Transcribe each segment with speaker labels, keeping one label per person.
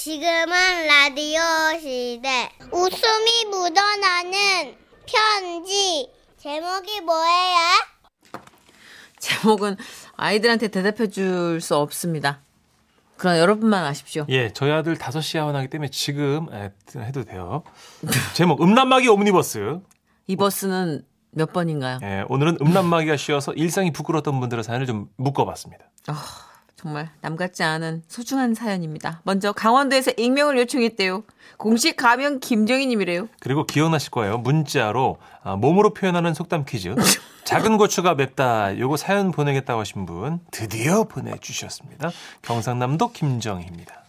Speaker 1: 지금은 라디오 시대. 웃음이 묻어나는 편지. 제목이 뭐예요?
Speaker 2: 제목은 아이들한테 대답해 줄 수 없습니다. 그럼 여러분만 아십시오.
Speaker 3: 예, 저희 아들 5시에 하원하기 때문에 지금 에, 해도 돼요. 제목 음란마귀 옴니버스.
Speaker 2: 이 버스는 몇 번인가요?
Speaker 3: 예, 오늘은 음란마귀가 쉬어서 일상이 부끄러웠던 분들의 사연을 좀 묶어봤습니다.
Speaker 2: 아, 정말 남 같지 않은 소중한 사연입니다. 먼저 강원도에서 익명을 요청했대요. 공식 가명 김정희님이래요.
Speaker 3: 그리고 기억나실 거예요. 문자로 아, 몸으로 표현하는 속담 퀴즈. 작은 고추가 맵다. 요거 사연 보내겠다고 하신 분 드디어 보내주셨습니다. 경상남도 김정희입니다.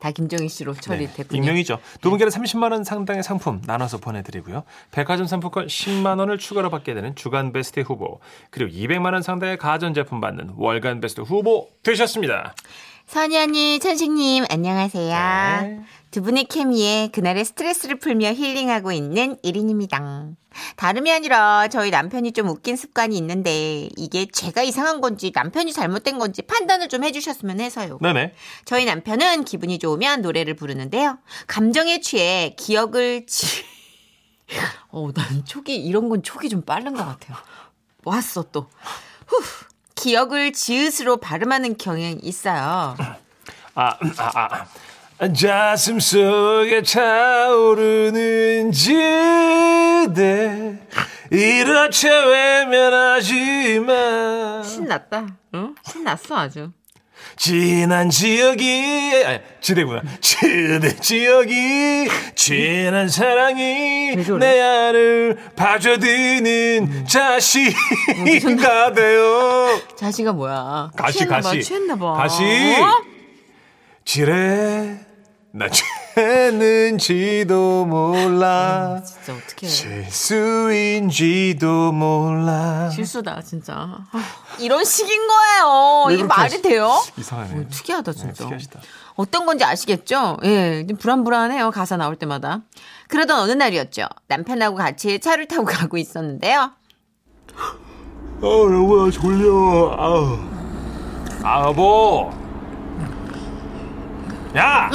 Speaker 2: 다 김정희 씨로 처리됐군요. 네.
Speaker 3: 네, 익명이죠. 두 분께는 30만 원 상당의 상품 나눠서 보내드리고요. 백화점 상품권 10만 원을 추가로 받게 되는 주간 베스트 후보 그리고 200만 원 상당의 가전제품 받는 월간 베스트 후보 되셨습니다.
Speaker 2: 선희 언니, 천식님, 안녕하세요.
Speaker 3: 네.
Speaker 2: 두 분의 케미에 그날의 스트레스를 풀며 힐링하고 있는 1인입니다. 다름이 아니라 저희 남편이 좀 웃긴 습관이 있는데 이게 제가 이상한 건지 남편이 잘못된 건지 판단을 좀 해주셨으면 해서요.
Speaker 3: 네네.
Speaker 2: 저희 남편은 기분이 좋으면 노래를 부르는데요. 감정에 취해 기억을 지... 어, 난 촉이 이런 건 촉이 좀 빠른 것 같아요. 왔어 또. 후. 기억을 지읒으로 발음하는 경향이 있어요.
Speaker 3: 아, 아, 아. 자슴 속에 차오르는 지대 네. 이렇게 외면하지 마
Speaker 2: 신났다. 응? 신났어 아주.
Speaker 3: 지난 지역이 아니, 지대구나 지대 지역이 지난 사랑이
Speaker 2: 왜 저래?
Speaker 3: 내 안을 파져드는 자신가 돼요
Speaker 2: 자시가 뭐야?
Speaker 3: 가시,
Speaker 2: 취했나 봐,
Speaker 3: 가시.
Speaker 2: 취했나 봐.
Speaker 3: 가시.
Speaker 2: 어?
Speaker 3: 지레 나 죄는지도 몰라
Speaker 2: 진짜 어떻게
Speaker 3: 실수인지도 몰라.
Speaker 2: 실수다 진짜. 아, 이런 식인 거예요.
Speaker 3: 왜
Speaker 2: 이게
Speaker 3: 그렇게
Speaker 2: 말이
Speaker 3: 하시-
Speaker 2: 돼요?
Speaker 3: 이상하네.
Speaker 2: 어, 특이하다
Speaker 3: 네,
Speaker 2: 진짜.
Speaker 3: 특이하시다.
Speaker 2: 어떤 건지 아시겠죠? 예, 좀 불안불안해요. 가사 나올 때마다. 그러던 어느 날이었죠. 남편하고 같이 차를 타고 가고 있었는데요.
Speaker 3: 아, 여보야 졸려. 아우. 아, 여보. 야,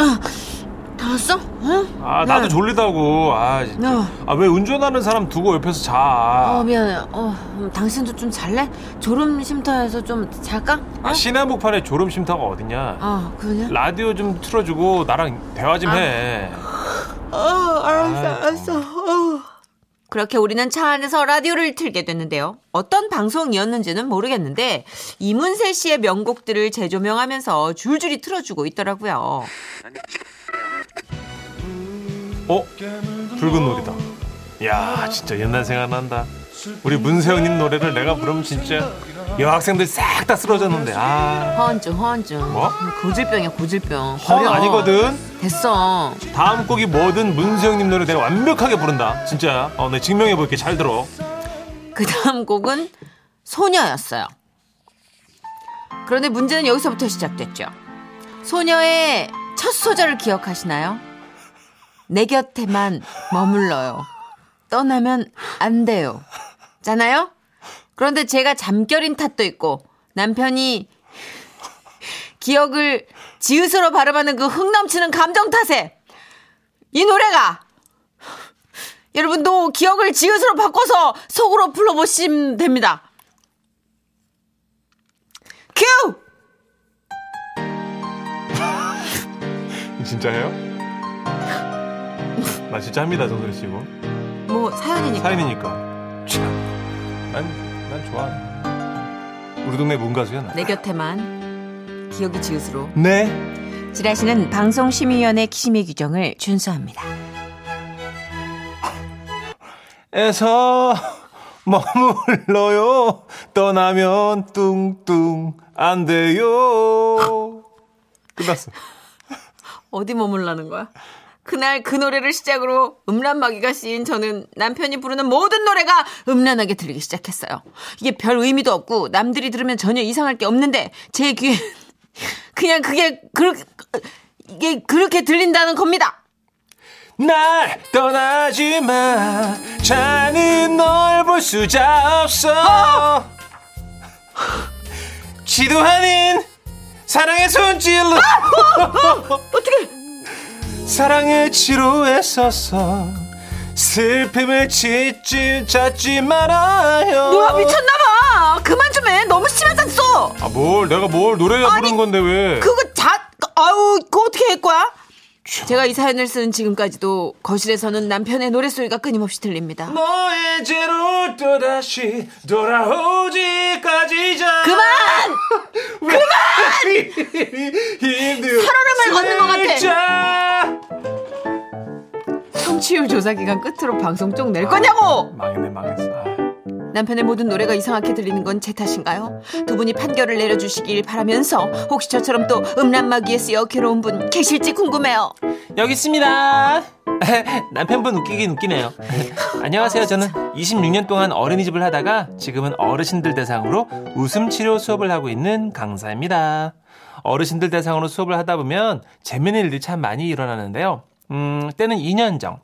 Speaker 2: 다 왔어? 어?
Speaker 3: 아 나도 졸리다고. 아, 진짜. 아, 왜 운전하는 사람 두고 옆에서
Speaker 2: 어,
Speaker 3: 자?
Speaker 2: 미안해. 어, 음, 당신도 좀 잘래? 졸음 쉼터에서 좀 잘까? 어?
Speaker 3: 아, 시내목판에 졸음 쉼터가 어딨냐?
Speaker 2: 아, 그러냐?
Speaker 3: 라디오 좀 틀어주고 나랑 대화 좀 해.
Speaker 2: 어, 알았어,
Speaker 3: 아이,
Speaker 2: 알았어. 어. 그렇게 우리는 차 안에서 라디오를 틀게 됐는데요. 어떤 방송이었는지는 모르겠는데 이문세 씨의 명곡들을 재조명하면서 줄줄이 틀어주고 있더라고요.
Speaker 3: 어? 붉은 놀이다. 야, 진짜 옛날 생각난다. 우리 문세영님 노래를 내가 부르면 진짜 여학생들 싹 다 쓰러졌는데. 아,
Speaker 2: 허언증, 허언증.
Speaker 3: 뭐?
Speaker 2: 고질병이야, 고질병.
Speaker 3: 헌
Speaker 2: 버려.
Speaker 3: 아니거든.
Speaker 2: 됐어.
Speaker 3: 다음 곡이 뭐든 문세영님 노래 내가 완벽하게 부른다. 진짜. 어, 내 증명해 볼게. 잘 들어.
Speaker 2: 그 다음 곡은 소녀였어요. 그런데 문제는 여기서부터 시작됐죠. 소녀의 첫 소절을 기억하시나요? 내 곁에만 머물러요. 떠나면 안 돼요. 잖아요? 그런데 제가 잠결인 탓도 있고 남편이 기억을 지읒으로 발음하는 그 흥 넘치는 감정 탓에 이 노래가 여러분도 기억을 지읒으로 바꿔서 속으로 불러보시면 됩니다. 큐!
Speaker 3: 진짜예요? 나 진짜 합니다, 정선 씨 이거.
Speaker 2: 뭐 사연이니까.
Speaker 3: 사인이니까. 참. 난, 난 좋아. 우리 동네 문가수야, 나.
Speaker 2: 내 곁에만 기억이 지읒으로.
Speaker 3: 네.
Speaker 2: 지라시는 방송심의위원회 기심의 규정을 준수합니다.
Speaker 3: 에서 머물러요 떠나면 뚱뚱 안 돼요 끝났어
Speaker 2: 어디 머물라는 거야? 그날 그 노래를 시작으로 음란마귀가 씌인 저는 남편이 부르는 모든 노래가 음란하게 들리기 시작했어요. 이게 별 의미도 없고 남들이 들으면 전혀 이상할 게 없는데 제 귀에 그냥 그게 그렇게 이게 그렇게 들린다는 겁니다.
Speaker 3: 날 떠나지 마 자는 널 볼 수자 없어 지도하는 사랑의 손질로
Speaker 2: 어떻게 사랑에 지루했었어 슬픔을 짓지 찾지 말아요
Speaker 4: 뭐야
Speaker 3: 어.
Speaker 4: 미쳤나봐 그만 좀 해 너무 심하잖소
Speaker 2: 아뭘 내가 뭘 노래야
Speaker 4: 아니,
Speaker 2: 부르는 건데 왜
Speaker 4: 그거 자 아우 그거 어떻게 할 거야 제가 이 사연을 쓴 지금까지도 거실에서는 남편의 노랫소리가 끊임없이 들립니다
Speaker 2: 너의 죄로 또다시 돌아오지까지자
Speaker 4: 그만
Speaker 2: 그만 힘들어
Speaker 4: 살얼음을 걷는 것 같아.
Speaker 2: 같아
Speaker 4: 청취율 조사 기간 끝으로 방송 쪽 낼 거냐고
Speaker 2: 망했네 망했어 아,
Speaker 4: 남편의 모든 노래가 이상하게 들리는 건 제 탓인가요? 두 분이 판결을 내려주시길 바라면서 혹시 저처럼 또 음란마귀에 쓰여 괴로운 분 계실지 궁금해요
Speaker 3: 여기 있습니다. 남편분 웃기긴 웃기네요. 안녕하세요. 저는 26년 동안 어린이집을 하다가 지금은 어르신들 대상으로 웃음 치료 수업을 하고 있는 강사입니다. 어르신들 대상으로 수업을 하다 보면 재밌는 일들이 참 많이 일어나는데요. 음, 때는 2년 전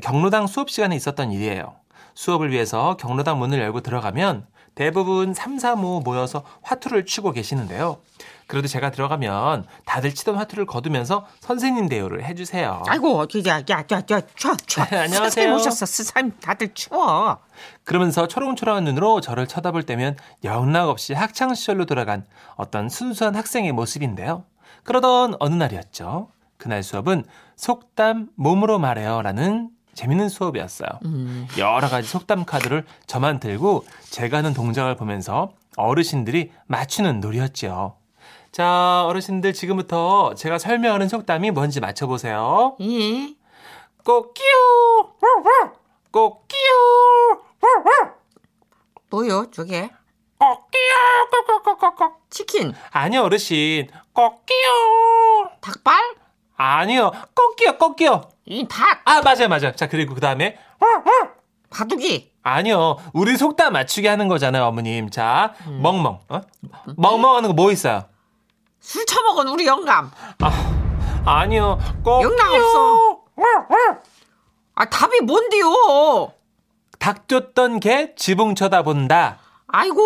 Speaker 3: 경로당 수업 시간에 있었던 일이에요. 수업을 위해서 경로당 문을 열고 들어가면 대부분 3, 4, 5 모여서 화투를 치고 계시는데요. 그래도 제가 들어가면 다들 치던 화투를 거두면서 선생님 대우를 해주세요.
Speaker 4: 아이고 야야야야야 추워 추워
Speaker 3: 어? 네, 안녕하세요.
Speaker 4: 스승님 오셨어 스사님 다들 추워
Speaker 3: 그러면서 초롱초롱한 눈으로 저를 쳐다볼 때면 영락없이 학창시절로 돌아간 어떤 순수한 학생의 모습인데요. 그러던 어느 날이었죠. 그날 수업은 속담 몸으로 말해요 라는 재밌는 수업이었어요. 여러 가지 속담 카드를 저만 들고 제가 하는 동작을 보면서 어르신들이 맞추는 놀이였지요. 자, 어르신들 지금부터 제가 설명하는 속담이 뭔지 맞춰보세요.
Speaker 4: 예
Speaker 3: 꼬끼요! 꼬끼요!
Speaker 4: 뭐요 저게
Speaker 3: 꼬끼요! 꼬꼬꼬꼬꼬.
Speaker 4: 치킨
Speaker 3: 아니요, 어르신. 꼬끼요!
Speaker 4: 닭발
Speaker 3: 아니요, 꼬끼요, 꼬끼요.
Speaker 4: 이닭
Speaker 3: 아, 맞아요, 맞아요. 자, 그리고 그 다음에.
Speaker 4: 바둑이
Speaker 3: 아니요, 우리 속담 맞추게 하는 거잖아요, 어머님. 자,
Speaker 4: 음.
Speaker 3: 멍멍. 어? 멍멍 하는 거 뭐 있어요?
Speaker 4: 술 처먹은 우리 영감
Speaker 3: 아, 아니요, 꼬끼요.
Speaker 4: 영락 없어. 아 답이 뭔데요
Speaker 3: 닭 쫓던 개 지붕 쳐다본다.
Speaker 4: 아이고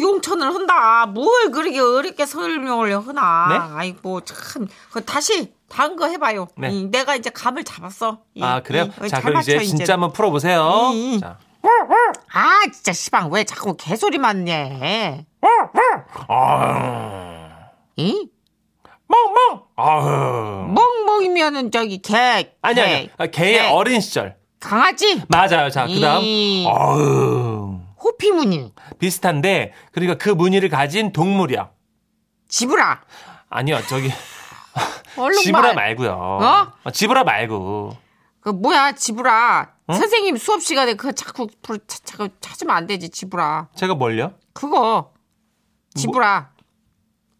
Speaker 4: 용천을 흔다 뭘 그렇게 어렵게 설명을 하나
Speaker 3: 네?
Speaker 4: 아이고 참 그거 다시 다른 거 해봐요
Speaker 3: 네.
Speaker 4: 이, 내가 이제 감을 잡았어 이,
Speaker 3: 아, 그래요?
Speaker 4: 이, 어,
Speaker 3: 자,
Speaker 4: 잘
Speaker 3: 그럼 이제
Speaker 4: 맞춰,
Speaker 3: 진짜 한번 풀어보세요.
Speaker 4: 이, 이.
Speaker 3: 자.
Speaker 4: 아 진짜 시방 왜 자꾸 개소리만 내
Speaker 3: 아,
Speaker 4: 이?
Speaker 3: 멍멍! 뭐, 아흐.
Speaker 4: 뭐? 멍멍이면은 저기 개
Speaker 3: 아니, 아니.
Speaker 4: 개,
Speaker 3: 아, 개의
Speaker 4: 개,
Speaker 3: 어린 시절.
Speaker 4: 강아지
Speaker 3: 맞아요. 자, 그 다음.
Speaker 4: 네. 이.
Speaker 3: 어음.
Speaker 4: 호피무늬
Speaker 3: 비슷한데, 그러니까 그 무늬를 가진 동물이야.
Speaker 4: 지브라
Speaker 3: 아니요, 저기.
Speaker 4: 얼른
Speaker 3: 지브라
Speaker 4: 말.
Speaker 3: 말고요
Speaker 4: 어?
Speaker 3: 지브라 말고.
Speaker 4: 그 뭐야 지브라
Speaker 3: 어?
Speaker 4: 선생님 수업 시간에 그 자꾸 부르- 자- 자꾸 찾으면 안 되지 지브라
Speaker 3: 제가 뭘요?
Speaker 4: 그거 지브라.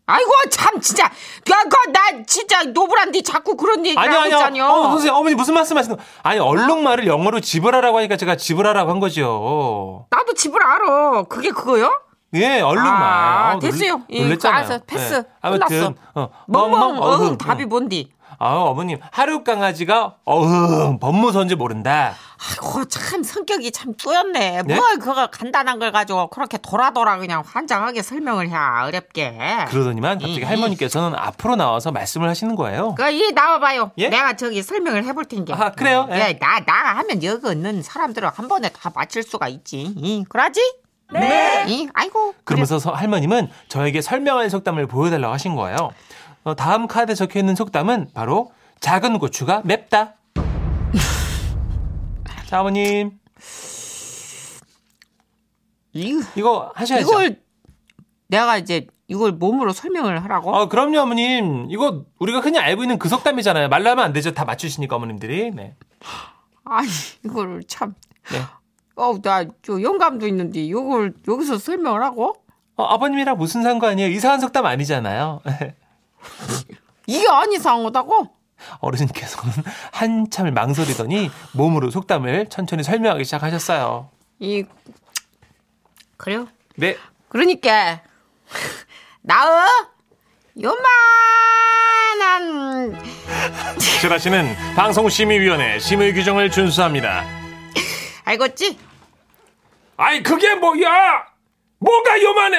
Speaker 4: 아이고 참 진짜 야그나 진짜 노브란디 자꾸 그런 얘기를
Speaker 3: 아니요,
Speaker 4: 하고
Speaker 3: 아니요.
Speaker 4: 있잖여.
Speaker 3: 어, 선생님, 어머니 무슨 말씀 하시는 거 아니, 얼룩말을 영어로 지브라라고 하니까 제가 지브라라고 한 거죠.
Speaker 4: 나도 지브라 알아. 그게 그거요?
Speaker 3: 예, 얼룩말.
Speaker 4: 아,
Speaker 3: 어우, 놀-
Speaker 4: 됐어요. 예,
Speaker 3: 놀랬잖아요.
Speaker 4: 알았어. 패스.
Speaker 3: 예. 아무튼,
Speaker 4: 끝났어.
Speaker 3: 어,
Speaker 4: 멍멍 어흥
Speaker 3: 어흥.
Speaker 4: 답이 뭔디?
Speaker 3: 아 어머님 하루 강아지가 어흥 법무선지 모른다.
Speaker 4: 아이고 참 성격이 참 뿌였네.
Speaker 3: 네?
Speaker 4: 뭘 그걸 간단한 걸 가지고 그렇게 돌아돌아 그냥 환장하게 설명을 해 어렵게.
Speaker 3: 그러더니만 갑자기
Speaker 4: 음,
Speaker 3: 할머니께서는 앞으로 나와서 말씀을 하시는 거예요.
Speaker 4: 그이 나와봐요.
Speaker 3: 예?
Speaker 4: 내가 저기 설명을 해볼 텐게.
Speaker 3: 아 그래요? 예.
Speaker 4: 야, 나, 나 하면 여기 있는 사람들은 한 번에 다 맞힐 수가 있지. 이, 그러지? 네. 이, 아이고.
Speaker 3: 그러면서 서- 할머님은 저에게 설명할 속담을 보여달라고 하신 거예요. 어, 다음 카드에 적혀 있는 속담은 바로 작은 고추가 맵다. 자, 어머님
Speaker 4: 이,
Speaker 3: 이거 하셔야죠.
Speaker 4: 이걸 내가 이제 이걸 몸으로 설명을 하라고?
Speaker 3: 어, 그럼요, 어머님. 이거 우리가 흔히 알고 있는 그 속담이잖아요. 말로 하면 안 되죠. 다 맞추시니까 어머님들이. 네.
Speaker 4: 아니, 이걸 참.
Speaker 3: 네.
Speaker 4: 어우, 나, 저, 영감도 있는데, 이걸 여기서 설명을 하고?
Speaker 3: 어, 아버님이랑 무슨 상관이에요? 이상한 속담 아니잖아요.
Speaker 4: 이게 안 이상하다고?
Speaker 3: 어르신께서는 한참을 망설이더니 몸으로 속담을 천천히 설명하기 시작하셨어요.
Speaker 4: 이, 그래요?
Speaker 3: 네.
Speaker 4: 그러니까 나의 요만한
Speaker 2: 지라시는 방송심의위원회 심의 규정을 준수합니다
Speaker 4: 알겠지?
Speaker 2: 아이 그게 뭐야 뭐가 요만해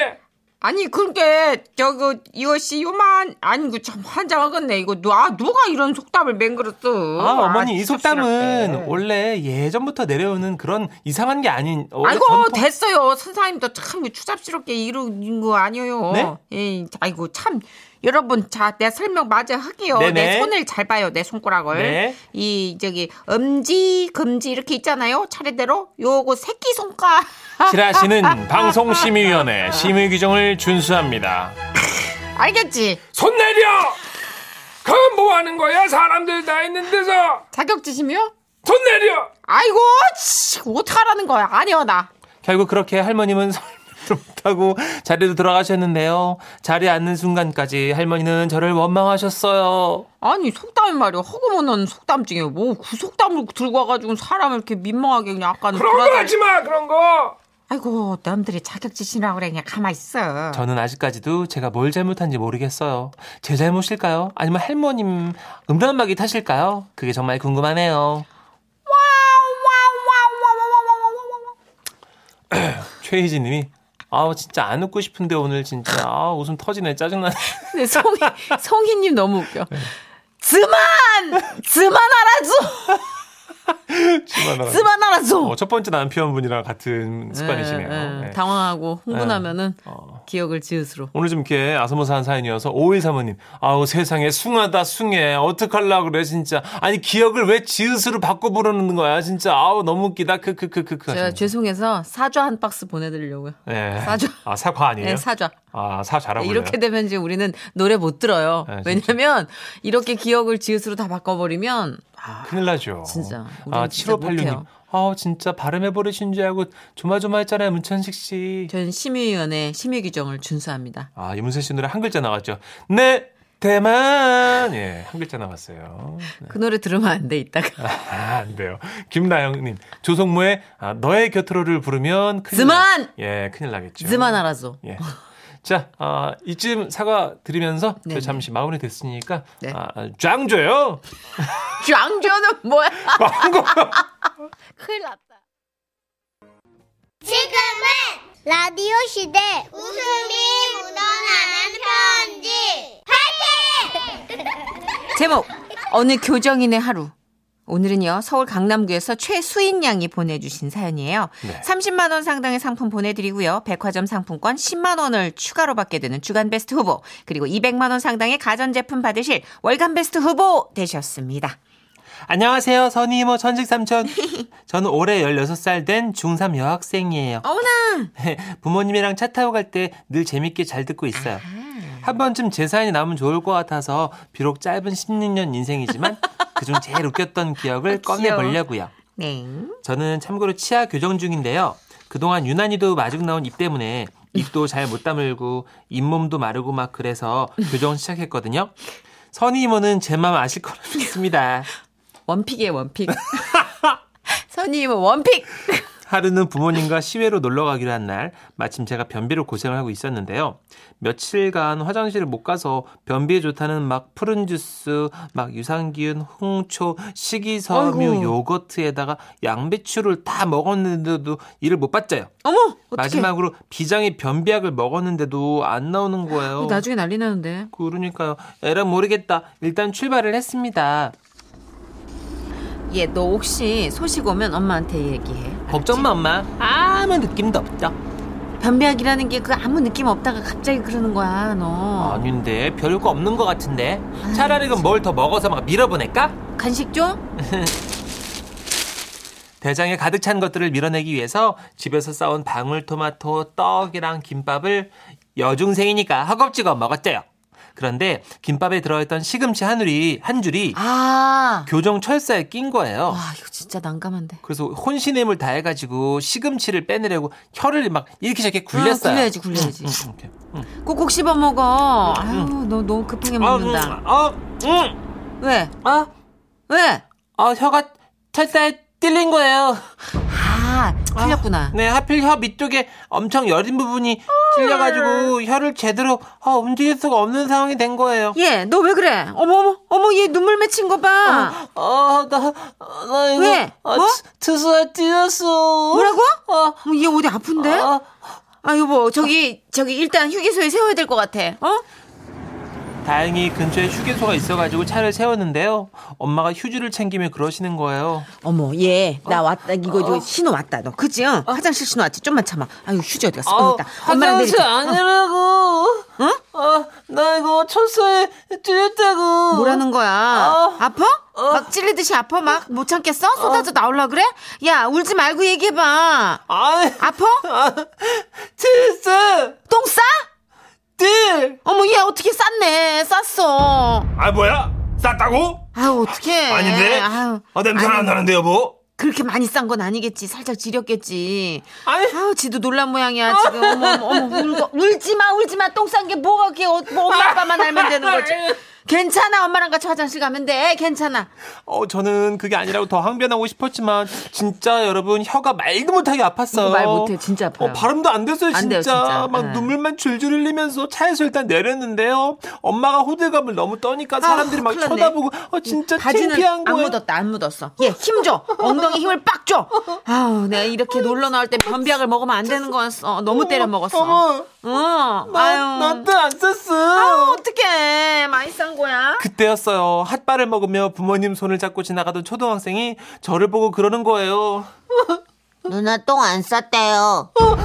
Speaker 4: 아,
Speaker 2: 아니 그러니까 저거 이것이 요만 아니고 참 환장하겠네 이거 누가 누가 이런 속담을 맹글었어 예.
Speaker 3: 아, 어머니, 이
Speaker 2: 섭섭스럽게.
Speaker 3: 속담은 원래 예전부터 내려오는 그런 이상한 게 아닌. 원래
Speaker 2: 아이고
Speaker 3: 전통-
Speaker 2: 됐어요 선사님도 참 추잡스럽게 이러는 거 아니에요
Speaker 3: 네?
Speaker 2: 예, 아이고 참 여러분 자 내 설명 마저 할게요
Speaker 3: 네네.
Speaker 2: 내 손을 잘 봐요 내 손가락을
Speaker 3: 네.
Speaker 2: 이 저기 엄지 금지 이렇게 있잖아요 차례대로 요거 새끼 손가락
Speaker 5: 지라시는 방송심의위원회 심의 규정을 준수합니다.
Speaker 2: 알겠지
Speaker 5: 손 내려! 그 뭐 하는 거야? 사람들 다 있는 데서
Speaker 2: 자격지심이요?
Speaker 5: 손 내려!
Speaker 2: 아이고 치, 어떡하라는 거야 아니야 나
Speaker 3: 결국 그렇게 할머님은 설명도 못하고 자리로 돌아가셨는데요. 자리에 앉는 순간까지 할머니는 저를 원망하셨어요.
Speaker 2: 아니 속담이 말이야 허구모는 속담 중에 뭐 그 속담을 들고 와가지고 사람을 이렇게 민망하게 그냥 아까는 돌아다니-
Speaker 5: 마! 그런 거!
Speaker 2: 아이고 남들이 자격지심이라고 그래 그냥 가만 있어
Speaker 3: 저는 아직까지도 제가 뭘 잘못한지 모르겠어요. 제 잘못일까요? 아니면 할머님 음란마귀 탓일까요? 그게 정말 궁금하네요. 최희진 님이 아우 진짜 안 웃고 싶은데 오늘 진짜 아 웃음 터지네 짜증나네.
Speaker 2: 근데 송이 송이님 너무 웃겨
Speaker 4: 네.
Speaker 2: 즈만 즈만 알아줘 즈만
Speaker 3: 어,
Speaker 2: 알아줘
Speaker 3: 첫 번째 남편분이랑 같은 습관이시네요. 어.
Speaker 2: 예, 예.
Speaker 3: 네.
Speaker 2: 당황하고 흥분하면은 기억을 지읒으로
Speaker 3: 오늘 좀 이렇게 아사모사한 사연이어서 51사모님 아우 세상에 숭하다 숭해 어떡할라 그래 진짜 아니 기억을 왜 지읒으로 바꿔 부르는 거야 진짜 아우 너무 웃기다 크크크크크
Speaker 2: 제가 죄송해서 사좌 한 박스 보내드리려고요
Speaker 3: 네.
Speaker 2: 사줘.
Speaker 3: 아 사과 아니에요?
Speaker 2: 네 사좌 네,
Speaker 3: 아사 잘하고
Speaker 2: 이렇게 되면 이제 우리는 노래 못 들어요.
Speaker 3: 아, 진짜.
Speaker 2: 왜냐면 이렇게 기억을 지읒으로 다 바꿔버리면 아,
Speaker 3: 큰일 나죠.
Speaker 2: 진짜. 우린
Speaker 3: 아
Speaker 2: 진짜
Speaker 3: 7586님
Speaker 2: 못해요.
Speaker 3: 아우 진짜 발음해 버리신 줄 알고 조마조마했잖아요 문천식 씨.
Speaker 2: 전 심의위원회 심의 규정을 준수합니다.
Speaker 3: 아 이문세 씨 노래 한 글자 나왔죠. 네 대만 예한 글자 나왔어요.
Speaker 2: 그 노래 들으면 안 돼 있다가
Speaker 3: 네. 아, 안 돼요. 김나영님, 조성모의 아, 너의 곁으로를 부르면 큰일
Speaker 2: 즈만!
Speaker 3: 나- 예, 큰일 나겠죠.
Speaker 2: 즈만 알아서.
Speaker 3: 예. 자, 아, 이쯤 사과 드리면서 저희
Speaker 2: 네네.
Speaker 3: 잠시 마무리 됐으니까
Speaker 2: 네.
Speaker 3: 아, 아, 짱줘요.
Speaker 2: 짱조는 뭐야? 큰일 났다.
Speaker 6: 지금은 라디오 시대 웃음이 묻어나는 편지
Speaker 2: 제목 어느 교정인의 하루. 오늘은요 서울 강남구에서 최수인 양이 보내주신 사연이에요. 30만 원 상당의 상품 보내드리고요 백화점 상품권 10만 원을 추가로 받게 되는 주간 베스트 후보 그리고 200만 원 상당의 가전 제품 받으실 월간 베스트 후보 되셨습니다.
Speaker 3: 안녕하세요, 선희 이모, 천식 삼촌. 저는 올해 16살 된 중3 여학생이에요. 네,
Speaker 2: 어머나
Speaker 3: 부모님이랑 차 타고 갈 때 늘 재밌게 잘 듣고 있어요. 한 번쯤 제 사연이 나오면 좋을 것 같아서 비록 짧은 16년 인생이지만 그중 제일 웃겼던 기억을
Speaker 2: 아, 귀여워.
Speaker 3: 꺼내보려고요.
Speaker 2: 네.
Speaker 3: 저는 참고로 치아 교정 중인데요. 그동안 유난히도 마중 나온 입 때문에 입도 잘 못 다물고 잇몸도 마르고 막 그래서 교정 시작했거든요. 선희 이모는 제 마음 아실 거라 믿습니다.
Speaker 2: 원픽이에요, 원픽. 선임은 원픽!
Speaker 3: 하루는 부모님과 시외로 놀러 가기로 한 날, 마침 제가 변비로 고생을 하고 있었는데요. 며칠간 화장실을 못 가서 변비에 좋다는 막 푸른 주스, 막 유산균, 홍초, 식이섬유,
Speaker 2: 아이고.
Speaker 3: 요거트에다가 양배추를 다 먹었는데도 이를 못 봤어요.
Speaker 2: 어머! 어떡해.
Speaker 3: 마지막으로 비장의 변비약을 먹었는데도 안 나오는 거예요.
Speaker 2: 어, 나중에 난리 나는데.
Speaker 3: 그러니까요. 에라 모르겠다. 일단 출발을 했습니다.
Speaker 2: 얘, 예, 너 혹시 소식 오면 엄마한테 얘기해.
Speaker 3: 걱정 마, 엄마. 아무 느낌도 없죠.
Speaker 2: 변비약이라는 게 그 아무 느낌 없다가 갑자기 그러는 거야, 너.
Speaker 3: 아닌데 별거 없는 것 같은데
Speaker 2: 아,
Speaker 3: 차라리 그럼 뭘 더 먹어서 막 밀어보낼까?
Speaker 2: 간식 좀?
Speaker 3: 대장에 가득 찬 것들을 밀어내기 위해서 집에서 싸온 방울토마토, 떡이랑 김밥을 여중생이니까 허겁지겁 먹었대요. 그런데 김밥에 들어있던 시금치 한 줄이 한 줄이
Speaker 2: 아.
Speaker 3: 교정 철사에 낀 거예요.
Speaker 2: 와, 아, 이거 진짜 난감한데.
Speaker 3: 그래서 혼신의 힘을 다해가지고 시금치를 빼내려고 혀를 막 이렇게 저렇게 굴렸어요. 음,
Speaker 2: 아, 굴려야지, 굴려야지.
Speaker 3: 이렇게.
Speaker 2: 꼭꼭 씹어 먹어. 아유, 너 너무 급하게
Speaker 3: 아,
Speaker 2: 먹는다.
Speaker 3: 음, 아, 음,
Speaker 2: 왜?
Speaker 3: 아,
Speaker 2: 왜?
Speaker 3: 아, 혀가 철사에 찔린 거예요.
Speaker 2: 아, 틀렸구나.
Speaker 3: 네, 하필 혀 밑쪽에 엄청 여린 부분이 찔려가지고 혀를 제대로 어, 움직일 수가 없는 상황이 된 거예요.
Speaker 2: 얘, 너 왜 그래? 어머, 어머, 어머, 얘 눈물 맺힌 거 봐.
Speaker 3: 어, 나, 어, 나 이거
Speaker 2: 왜?
Speaker 3: 아,
Speaker 2: 뭐?
Speaker 3: 트- 트수가 찔렸어.
Speaker 2: 뭐라고?
Speaker 3: 어,
Speaker 2: 어머, 얘 어디 아픈데?
Speaker 3: 아,
Speaker 2: 아 여보 저기 저기 일단 휴게소에 세워야 될 것 같아. 어?
Speaker 3: 다행히 근처에 휴게소가 있어가지고 차를 세웠는데요. 엄마가 휴지를 챙기며 그러시는 거예요.
Speaker 2: 어머 얘 나 왔다 이거 이거 신호 왔다 너 그지? 응? 화장실 신호 왔지? 좀만 참아. 아유 휴지 어디 갔어? 어, 있다. 엄마랑 내리자.
Speaker 3: 아니라고. 응? 어, 나 이거 쳤어요. 뛰었다고.
Speaker 2: 뭐라는 거야?
Speaker 3: 어.
Speaker 2: 아파? 막 찔리듯이 아파? 막 못 참겠어? 쏟아져 나올라 그래? 야 울지 말고 얘기해봐.
Speaker 3: 아니,
Speaker 2: 아파?
Speaker 3: 어. 쳤어.
Speaker 2: 똥 싸?
Speaker 3: 뛸.
Speaker 2: 어머 얘 어떻게 쌌네? 쌌어.
Speaker 5: 아 뭐야? 쌌다고?
Speaker 2: 아유 어떡해.
Speaker 5: 아닌데?
Speaker 2: 아유.
Speaker 5: 아 냄새
Speaker 2: 아니,
Speaker 5: 안 나는데 여보?
Speaker 2: 그렇게 많이 싼 건 아니겠지. 살짝 지렸겠지.
Speaker 3: 아니.
Speaker 2: 아우 지도 놀란 모양이야 지금. 어머 어머, 어머 울고 울지 마 울지 마. 똥 싼 게 뭐가 그게 어- 뭐 엄마 아빠만 알면 되는 거지. 괜찮아 엄마랑 같이 화장실 가면 돼. 괜찮아.
Speaker 3: 어, 저는 그게 아니라고 더 항변하고 싶었지만 진짜 여러분 혀가 말도 못하게 아팠어요.
Speaker 2: 이거 말 못해요. 진짜 아파요.
Speaker 3: 어, 발음도 안 됐어요. 진짜,
Speaker 2: 안 돼요, 진짜.
Speaker 3: 막
Speaker 2: 예.
Speaker 3: 눈물만 줄줄 흘리면서 차에서 일단 내렸는데요. 엄마가 호들갑을 너무 떠니까 사람들이
Speaker 2: 아,
Speaker 3: 막
Speaker 2: 큰일 났네.
Speaker 3: 쳐다보고 어, 진짜
Speaker 2: 바지는
Speaker 3: 창피한
Speaker 2: 안
Speaker 3: 거예요.
Speaker 2: 묻었다 안 묻었어 얘 힘 줘 엉덩이 힘을 빡 줘 아우 내가 이렇게 놀러 나올 때 변비약을 먹으면 안 되는 거였어 너무 때려 먹었어
Speaker 3: 어머,
Speaker 2: 응
Speaker 3: 나,
Speaker 2: 아유
Speaker 3: 나도 안
Speaker 2: 아유
Speaker 3: 썼어.
Speaker 2: 어떡해 많이 싼 거야
Speaker 3: 그때였어요. 핫바를 먹으며 부모님 손을 잡고 지나가던 초등학생이 저를 보고 그러는 거예요.
Speaker 6: 누나 똥 안 쌌대요.
Speaker 3: 어,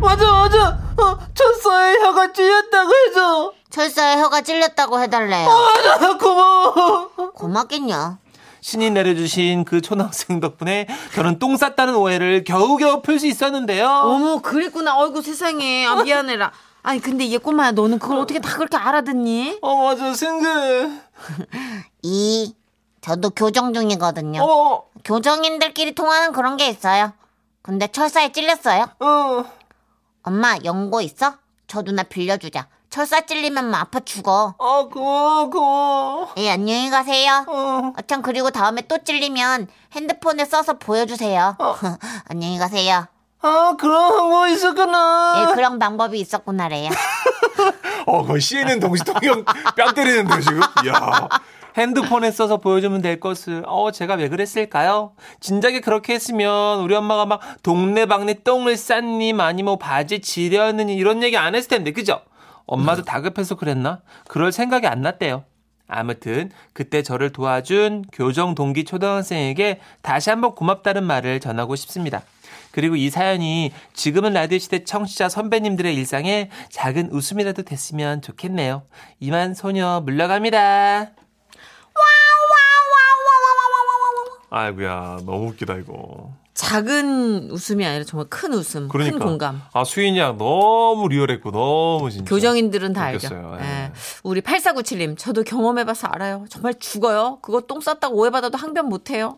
Speaker 3: 맞아, 맞아. 어, 첫사에 혀가 찔렸다고 해서.
Speaker 6: 철사에 혀가 찔렸다고
Speaker 3: 어?
Speaker 6: 해달래요.
Speaker 3: 맞아, 고마워.
Speaker 6: 고맙긴요.
Speaker 3: 신이 내려주신 그 초등학생 덕분에 저는 똥 쌌다는 오해를 겨우겨우 풀 수 있었는데요.
Speaker 2: 어머 그랬구나 어이구 세상에 아, 미안해라 아니 근데 얘 꼬마야 너는 그걸 어떻게 다 그렇게 알아듣니
Speaker 3: 어, 맞아, 승근.
Speaker 6: 이 저도 교정 중이거든요.
Speaker 3: 어,
Speaker 6: 교정인들끼리 통하는 그런 게 있어요. 근데 철사에 찔렸어요.
Speaker 3: 어.
Speaker 6: 엄마 연고 있어? 저 누나 빌려주자. 철사 찔리면 뭐 아파 죽어.
Speaker 3: 어, 고마워, 고마워.
Speaker 6: 예 안녕히 가세요.
Speaker 3: 어.
Speaker 6: 아, 참 그리고 다음에 또 찔리면 핸드폰에 써서 보여주세요.
Speaker 3: 어.
Speaker 6: 안녕히 가세요.
Speaker 3: 아, 그런 거 있었구나.
Speaker 6: 예 그런 방법이 있었구나래요.
Speaker 5: 어 거의 CNN 동시통역 뺨 때리는데 지금? 야
Speaker 3: 핸드폰에 써서 보여주면 될 것을. 어, 제가 왜 그랬을까요? 진작에 그렇게 했으면 우리 엄마가 막 동네방네 똥을 쌌니, 많이 뭐 바지 지렸느니 이런 얘기 안 했을 텐데, 그죠? 엄마도 다급해서 그랬나? 그럴 생각이 안 났대요. 아무튼 그때 저를 도와준 교정 동기 초등학생에게 다시 한번 고맙다는 말을 전하고 싶습니다. 그리고 이 사연이 지금은 라디오 시대 청취자 선배님들의 일상에 작은 웃음이라도 됐으면 좋겠네요. 이만 소녀 물러갑니다.
Speaker 5: 아이고야 너무 웃기다 이거
Speaker 2: 작은 웃음이 아니라 정말 큰 웃음
Speaker 5: 그러니까
Speaker 2: 큰 공감
Speaker 5: 아 수인이 양 너무 리얼했고 너무 진짜
Speaker 2: 교정인들은 다 알죠.
Speaker 5: 웃겼어요. 예.
Speaker 2: 예. 우리 8497님, 저도 경험해봐서 알아요. 정말 죽어요. 그거 똥 쌌다고 오해받아도 항변 못해요.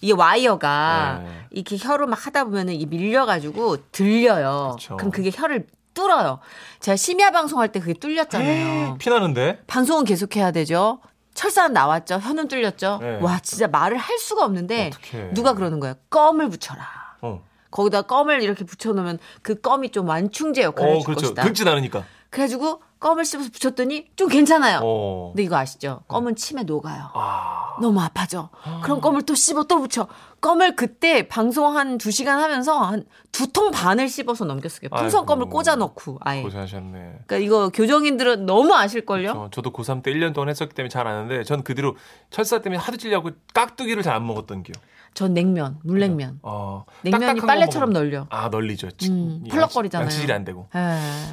Speaker 2: 이게 와이어가
Speaker 5: 네.
Speaker 2: 이렇게 혀로 막 하다 보면은 이 밀려가지고 들려요.
Speaker 5: 그쵸.
Speaker 2: 그럼 그게 혀를 뚫어요. 제가 심야 방송할 때 그게
Speaker 3: 네.
Speaker 2: 뚫렸잖아요.
Speaker 5: 피나는데
Speaker 2: 방송은 계속해야 되죠. 철사는 나왔죠. 혀는 뚫렸죠.
Speaker 5: 네.
Speaker 2: 와, 진짜 말을 할 수가 없는데
Speaker 5: 어떡해.
Speaker 2: 누가 그러는 거예요. 껌을 붙여라.
Speaker 5: 어,
Speaker 2: 거기다 껌을 이렇게 붙여놓으면 그 껌이 좀 완충제 역할을
Speaker 5: 어
Speaker 2: 해줄
Speaker 5: 그렇죠
Speaker 2: 것이다.
Speaker 5: 긁진 않으니까
Speaker 2: 그래가지고 껌을 씹어서 붙였더니 좀 괜찮아요.
Speaker 5: 어.
Speaker 2: 근데 이거 아시죠? 껌은 침에 녹아요.
Speaker 5: 아
Speaker 2: 너무 아파져. 그럼 껌을 또 씹어 또 붙여. 껌을 그때 방송 한 두시간 하면서 한 두 통 반을 씹어서 넘겼어요. 풍선
Speaker 5: 아이고.
Speaker 2: 껌을 꽂아 넣고 아예.
Speaker 5: 고생하셨네 그렇죠.
Speaker 2: 그러니까 이거 교정인들은 너무 아실걸요?
Speaker 5: 저, 저도 고3 때 1년 동안 했었기 때문에 잘 아는데 전 그 뒤로 철사 때문에 하도 찔려고 깍두기를 잘 안 먹었던 기억
Speaker 2: 전 냉면, 물냉면.
Speaker 5: 어,
Speaker 2: 냉면이
Speaker 5: 딱딱한 거
Speaker 2: 빨래처럼
Speaker 5: 먹으면-
Speaker 2: 널려.
Speaker 5: 아 널리죠
Speaker 2: 음,
Speaker 5: 이
Speaker 2: 펄럭거리잖아요.
Speaker 5: 양치질이 안 되고
Speaker 2: 예.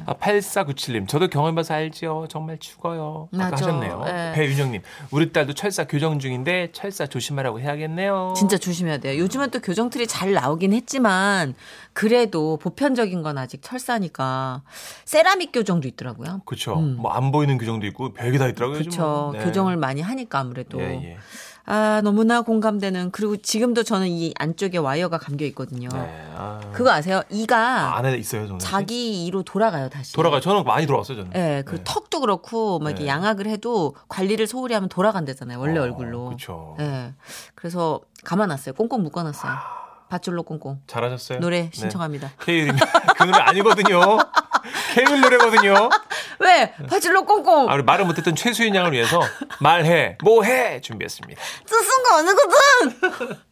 Speaker 5: 아, 8497님, 저도 경험해봐서 알지요. 정말 죽어요. 아까
Speaker 2: 맞아.
Speaker 5: 하셨네요.
Speaker 2: 예.
Speaker 5: 배윤영님, 우리 딸도 철사 교정 중인데 철사 조심하라고 해야겠네요.
Speaker 2: 진짜 조심해야 돼요. 요즘은 또 교정틀이 잘 나오긴 했지만 그래도 보편적인 건 아직 철사니까 세라믹 교정도 있더라고요.
Speaker 5: 그렇죠. 뭐 안 보이는 교정도 있고 별게 다 있더라고요.
Speaker 2: 음. 그렇죠.
Speaker 5: 요즘은. 네.
Speaker 2: 교정을 많이 하니까 아무래도.
Speaker 5: 예, 예.
Speaker 2: 아, 너무나 공감되는. 그리고 지금도 저는 이 안쪽에 와이어가 감겨 있거든요.
Speaker 5: 네. 아,
Speaker 2: 그거 아세요?
Speaker 5: 아,
Speaker 2: 이가
Speaker 5: 안에 있어요, 저는.
Speaker 2: 자기 이로 돌아가요, 다시.
Speaker 5: 돌아가. 요 저는 많이 돌아왔어요, 저는.
Speaker 2: 예, 그 턱도 그렇고 막 이렇게
Speaker 5: 네.
Speaker 2: 양악을 해도 관리를 소홀히 하면 돌아간대잖아요. 원래 얼굴로.
Speaker 5: 그렇죠.
Speaker 2: 예. 그래서 감아놨어요. 꽁꽁 묶어놨어요. 밧줄로 꽁꽁.
Speaker 5: 잘하셨어요. 네.
Speaker 2: 노래 신청합니다.
Speaker 5: 케이윌님 그 노래 아니거든요. 케이윌 노래거든요.
Speaker 2: 왜? 밧줄로 꽁꽁.
Speaker 5: 아, 우리 말을 뭐 못했던 최수인 양을 위해서 말해, 뭐해 준비했습니다.
Speaker 2: 쓰쓴 거 어느 거든.